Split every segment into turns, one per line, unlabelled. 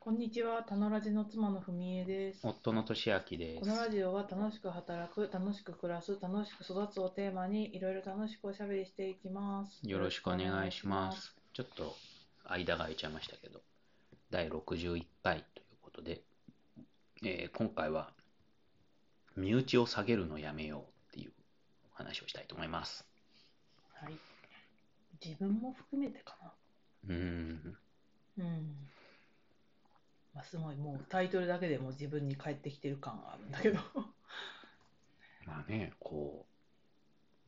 こんにちは、たのラジの妻のふみえです。こ
夫の俊明で
の
す。
ラジオは楽しく働く、楽しく暮らす、楽しく育つをテーマにいろいろ楽しくおしゃべりしていきます。
よろしくお願いします。ちょっと間が空いちゃいましたけど、第61回ということで、えー今回は、身内を下げるのやめようっていうお話をしたいと思います。
はい。自分も含めてか
うーん、
な。うん。まあ、すごい、もうタイトルだけでも自分に返ってきてる感があるんだ けど。
まあね、こう、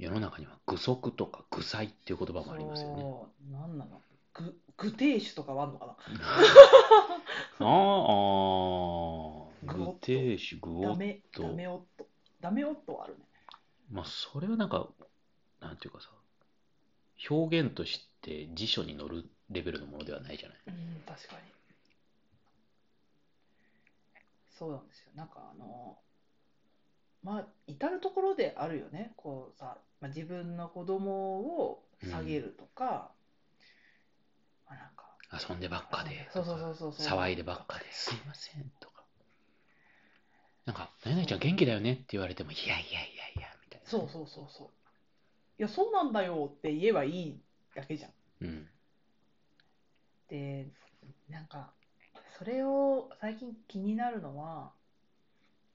世の中には愚足とか愚才っていう言葉もありますよね。
そう、なんなのぐ具体種とかはあんのかな
ああ、
愚夫
愚亭主、愚
ダ
夫
メ、
と
ダメ夫。ダメ夫はあるね。
まあ、それはなんか、なんていうかさ、表現として辞書に載るレベルのものではないじゃない。
うん、確かに。そうなんですよ。なんかあの、まあ、至る所であるよね。こうさ、まあ、自分の子供を下げるとか、まあ、なんか、
遊んでばっかで、
そうそうそうそうそう。
騒いでばっかですいませんとか。なんか、何々ちゃん元気だよねって言われても、いやいやいやいや、みたいな。
そうそうそうそう。いや、そうなんだよって言えばいいだけじゃん。
うん。
で、なんか、それを最近気になるのは、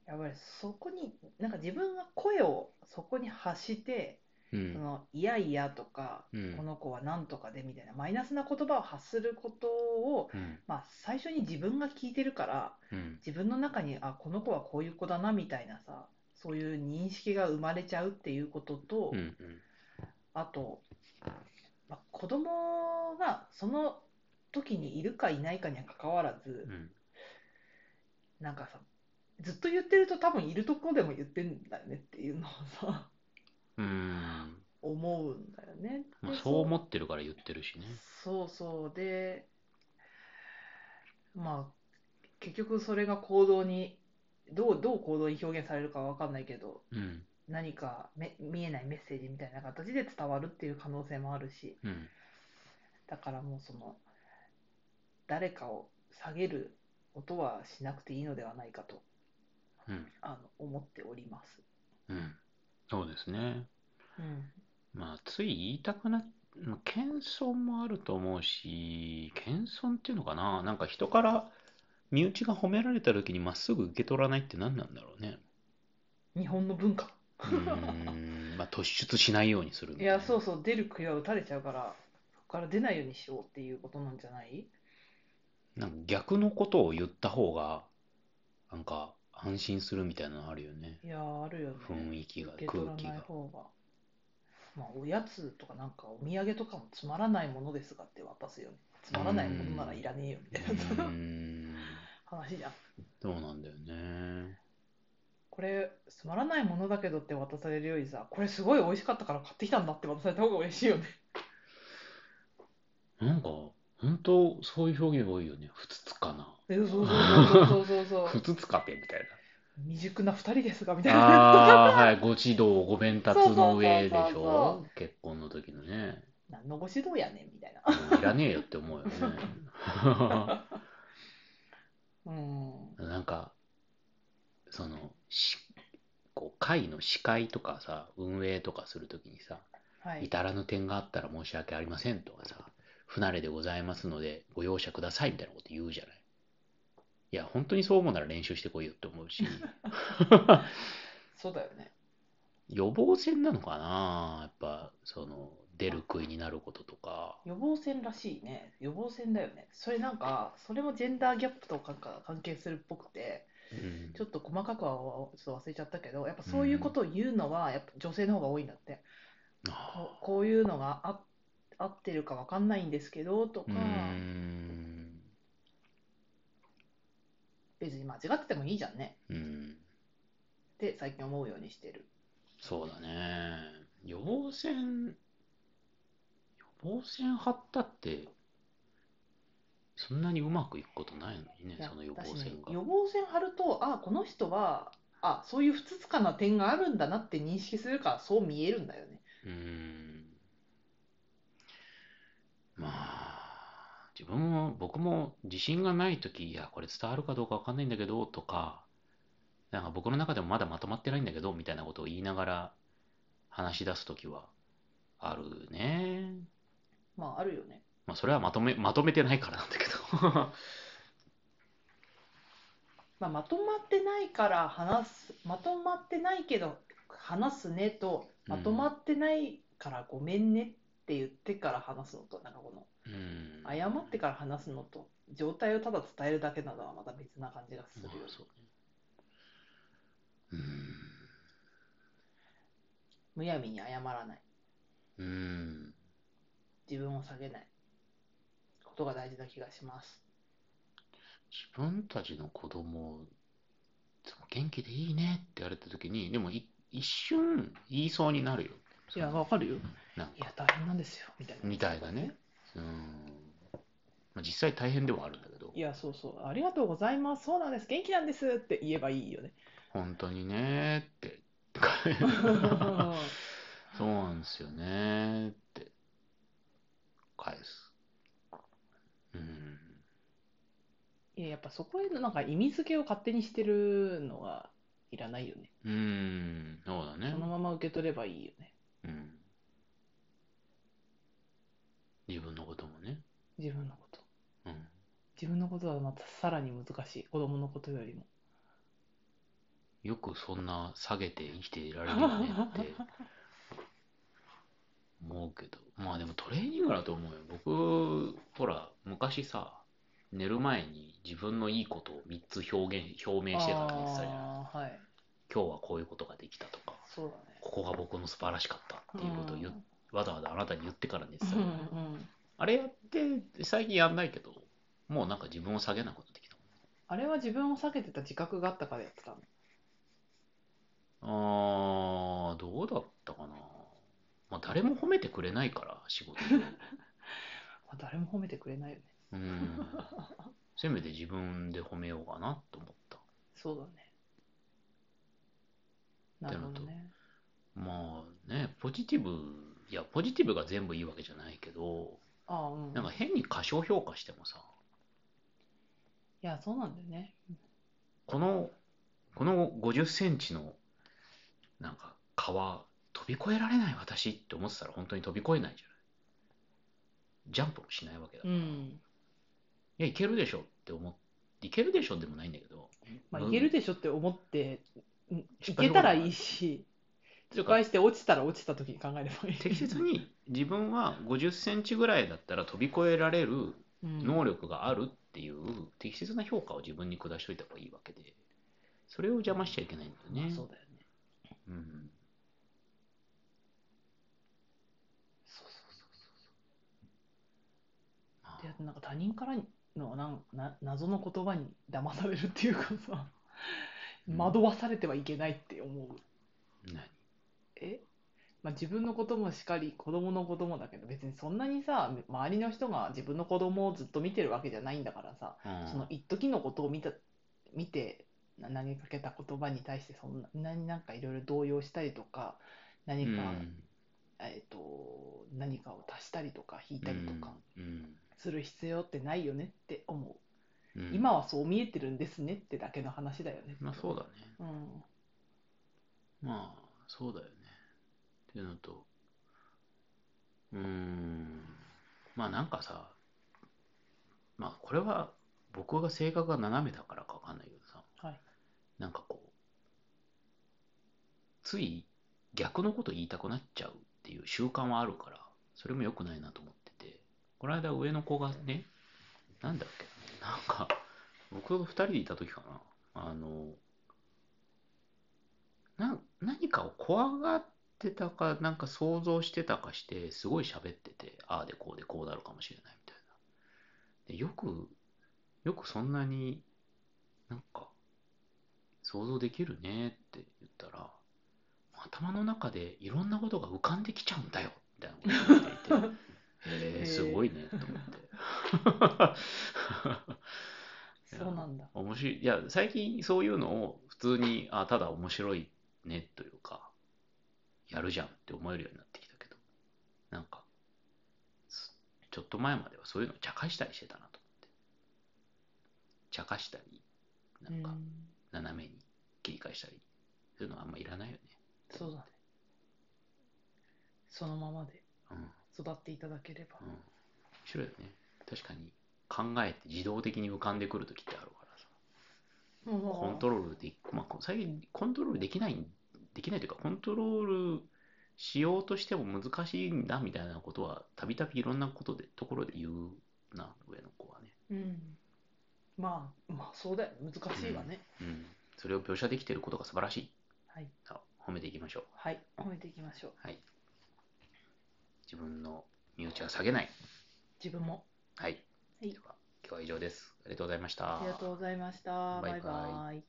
やっぱりそこに、なんか自分が声をそこに発して、そ
うん。
のいやいやとか、
うん
この子はなんとかでみたいなマイナスな言葉を発することを、
うん。
まあ、最初に自分が聞いてるから
うん。
自分の中にあこの子はこういう子だなみたいなさそういう認識が生まれちゃうっていうことと、
うん。うん。
あと、まあ、子供がその時にいるかいないかにはかかわらず
う、ん。
なんかさずっと言ってると多分いるとこでも言ってんだよねっていうのをさ
うん。
思うんだよね。
まあ、
で
そう思ってるから言ってるしね。
そうそうでまあ結局それが行動にどうどう行動に表現されるかは分かんないけど
うん。
何かめ見えないメッセージみたいな形で伝わるっていう可能性もあるし
うん。
だからもうその誰かを下げることはしなくていいのではないかと
うん。
あの思っております。
うん。そうですね。
うん
まあ、つい言いたくな、まあ、謙遜もあると思うし、謙遜っていうのかな、なんか人から身内が褒められた時にまっすぐ受け取らないって何なんだろうね。
日本の文化
う ーん、まあ、突出しないようにするみ
い
たい
や
な。
そうそう出る杭は打たれちゃうからそこから出ないようにしようっていうことなんじゃない
なんか逆のことを言った方が、なんか安心するみたいなのあるよね。
いやーあるよね。
雰囲気が、
受け
空
取ら
気
ない
が。
方が。まあ、おやつとかなんかお土産とかもつまらないものですがって渡すよね。つまらないものならいらねえよみ
う
たいな
ーん、
話じゃん。
そうなんだよね。
これつまらないものだけどって渡されるよりさ、これすごい美味しかったから買ってきたんだって渡された方が嬉しいよね。
なんか、本当そういう表現多いよね。ふつつかな。
えそうそうそうそうそうそうそ
ふ
う。
つつかてみたいな。
未熟な二人ですがみたいな。
ああ、はい、ご指導、ご鞭撻の上でし
そうそうそうそ
ょ結婚の時のね。
何のご指導やねんみたいな。
もういらねえよって思うよね。
うん。
なんか、その、しこう会の司会とかさ、運営とかするときにさ、
はい。
至らぬ点があったら申し訳ありませんとかさ、不慣れでございますのでご容赦くださいみたいなこと言うじゃない。いや、本当にそう思うなら練習してこいよって思 うし、
そうだよね。
予防線なのかなやっぱ、その、出る杭になることとか。
予防線らしいね。予防線だよね。それなんか、それもジェンダーギャップとかが関係するっぽくて、
うん
ちょっと細かくはちょっと忘れちゃったけど、やっぱそういうことを言うのは、やっぱ女性の方が多いんだって。こうこういうのがあ合ってるかわかんないんですけどとか
う、ーん
別に間違っててもいいじゃんね。
うん
って最近思うようにしてる。
そうだね予防線予防線張ったってそんなにうまくいくことないのに
い
ね
や
その予防
私ね
線が
予防線張ると、あこの人は、あそういう不つつかな点があるんだなって認識するから、そう見えるんだよね。
うーんまあ自分も、僕も自信がないとき、いや、これ伝わるかどうかわかんないんだけど、とか、なんか僕の中でもまだまとまってないんだけど、みたいなことを言いながら話し出すときはあるね。
まああるよね
まあ、それはまとめ、まとめてないからなんだけど。
まあ、まとまってないから話す、まとまってないけど話すねと、
うん
まとまってないからごめんねって言ってから話すのと、なんかこの、
うん。
謝ってから話すのと、状態をただ伝えるだけなどはまた別な感じがするよね。
まあそうね
むやみに謝らない。
うん。うん。
自分を下げない。ことが大事な気がします。
自分たちの子供をいつも元気でいいねって言われた時にでもい一瞬言いそうになるよ
いや、わかるよ。
なん
い
か
や、大変なんですよ。みたいな。
みたいなねうん、まあ、実際大変ではあるんだけど
いや、そうそう。ありがとうございます。そうなんです。元気なんですって言えばいいよ ね。
本当にねーって そうなんですよねーって返すうん
いや、やっぱそこへのなんか意味付けを勝手にしてるのがいらないよね。
うんそうだね
そのまま受け取ればいいよね。
うん。自分のこともね。
自分のこと。
うん。
自分のことはまたさらに難しい。子供のことよりも。
よくそんな下げて生きていられるよねって思うけど。まあでもトレーニングだと思うよ。僕、ほら、昔さ、寝る前に自分のいいことを3つ表現、表明してたって言ってたじゃん。
ああ、はい。
今日はこういうことができたとか、
そうだね。
ここが僕の素晴らしかったっていうことを言っ
うん
わざわざあなたに言ってから寝てたじ
う
ゃ
ん
ん
うん
あれやって、最近やんないけど、もうなんか自分を下げなくなってきた。
あれは自分を避けてた自覚があったからやってたの。
ああ、どうだったかな。まあ、誰も褒めてくれないから、仕事上。
まあ誰も褒めてくれないよね。
うん。せめて自分で褒めようかなと思った。
そうだね。なるほどね。
まあね、ポジティブ、いや、ポジティブが全部いいわけじゃないけど、
ああ、うん。い
なんか変に過小評価してもさ、
や、そうなんだよね。
この、この50センチの、なんか、川、飛び越えられない私って思ってたら本当に飛び越えないじゃない。ジャンプもしないわけだ
う
から。
ん。
いや、いけるでしょって思って、いけるでしょでもないんだけど、
まあ、
うん
いけるでしょって思って、うん
失
い
敗
け
の方
た
が
らいいし、
てい
失
うか
敗して落ちたら落ちた時に考えればいい。
適切に自分は50センチぐらいだったら飛び越えられる
うん
能力があるっていう適切な評価を自分に下しといた方がいいわけで、それを邪魔しちゃいけないんだよ
まあ
ね。
そうだよね。
うん。
そうそうそうそうそ
ま
う。で、あ
あ
となんか他人からのなんな謎の言葉に騙されるっていうかさ、
うん
惑わされてはいけないって思う。
何
えまあ、自分のこともしかり子供のこともだけど別にそんなにさ周りの人が自分の子供をずっと見てるわけじゃないんだからさ
うん
その一時のことを見た見てな投げかけた言葉に対してそんなになんかいろいろ動揺したりとか何か、
うん
えっと何かを足したりとか引いたりとか
うん
する必要ってないよねって思
う
う、
ん
今はそう見えてるんですねってだけの話だよね。
まあそうだね。
うん
まあ、そうだよね。っていうのと、うーん、まあなんかさ、まあこれは僕が性格が斜めだからかわかんないけどさ、
はい
なんかこう、つい逆のこと言いたくなっちゃうっていう習慣はあるから、それも良くないなと思ってて、この間上の子がね、なんだっけ、なんか、僕と二人でいた時かな、あの、な何かを怖がってたかなんか想像してたかしてすごい喋っててああでこうでこうなるかもしれないみたいなでよくよくそんなになんか想像できるねって言ったら頭の中でいろんなことが浮かんできちゃうんだよみたいなことを言っていてへえすごいねと思って
そうなんだ。
面白い、いや、最近そういうのを普通に、あ、ただ面白いねというか、やるじゃんって思えるようになってきたけど、なんか、すちょっと前まではそういうのを茶化したりしてたなと思って。茶化したり、なん
う
か
ん
斜めに切り返したり、そういうのはあんまいらないよね。
そうだね。そのままで
うん。うん。
育っていただければ。
面白いよね。確かに考えて自動的に浮かんでくる時ってあるからさ。
もう
コントロールで、まあ、こ最近コントロールできない、できないというか、コントロールしようとしても難しいんだみたいなことは、たびたびいろんなことで、ところで言うな、上の子はね。
うん。まあ、まあ、そうだよ。難しいわね。
うん。それを描写できていることが素晴らしい。
はい。
あ褒めていきましょう。
はい。褒めていきましょう。
はい。自分の身内は下げない。
自分も。
はい。
はい
では、今日は以上です。ありがとうございました。
ありがとうございました。
バイバ
バ
イ
イバイ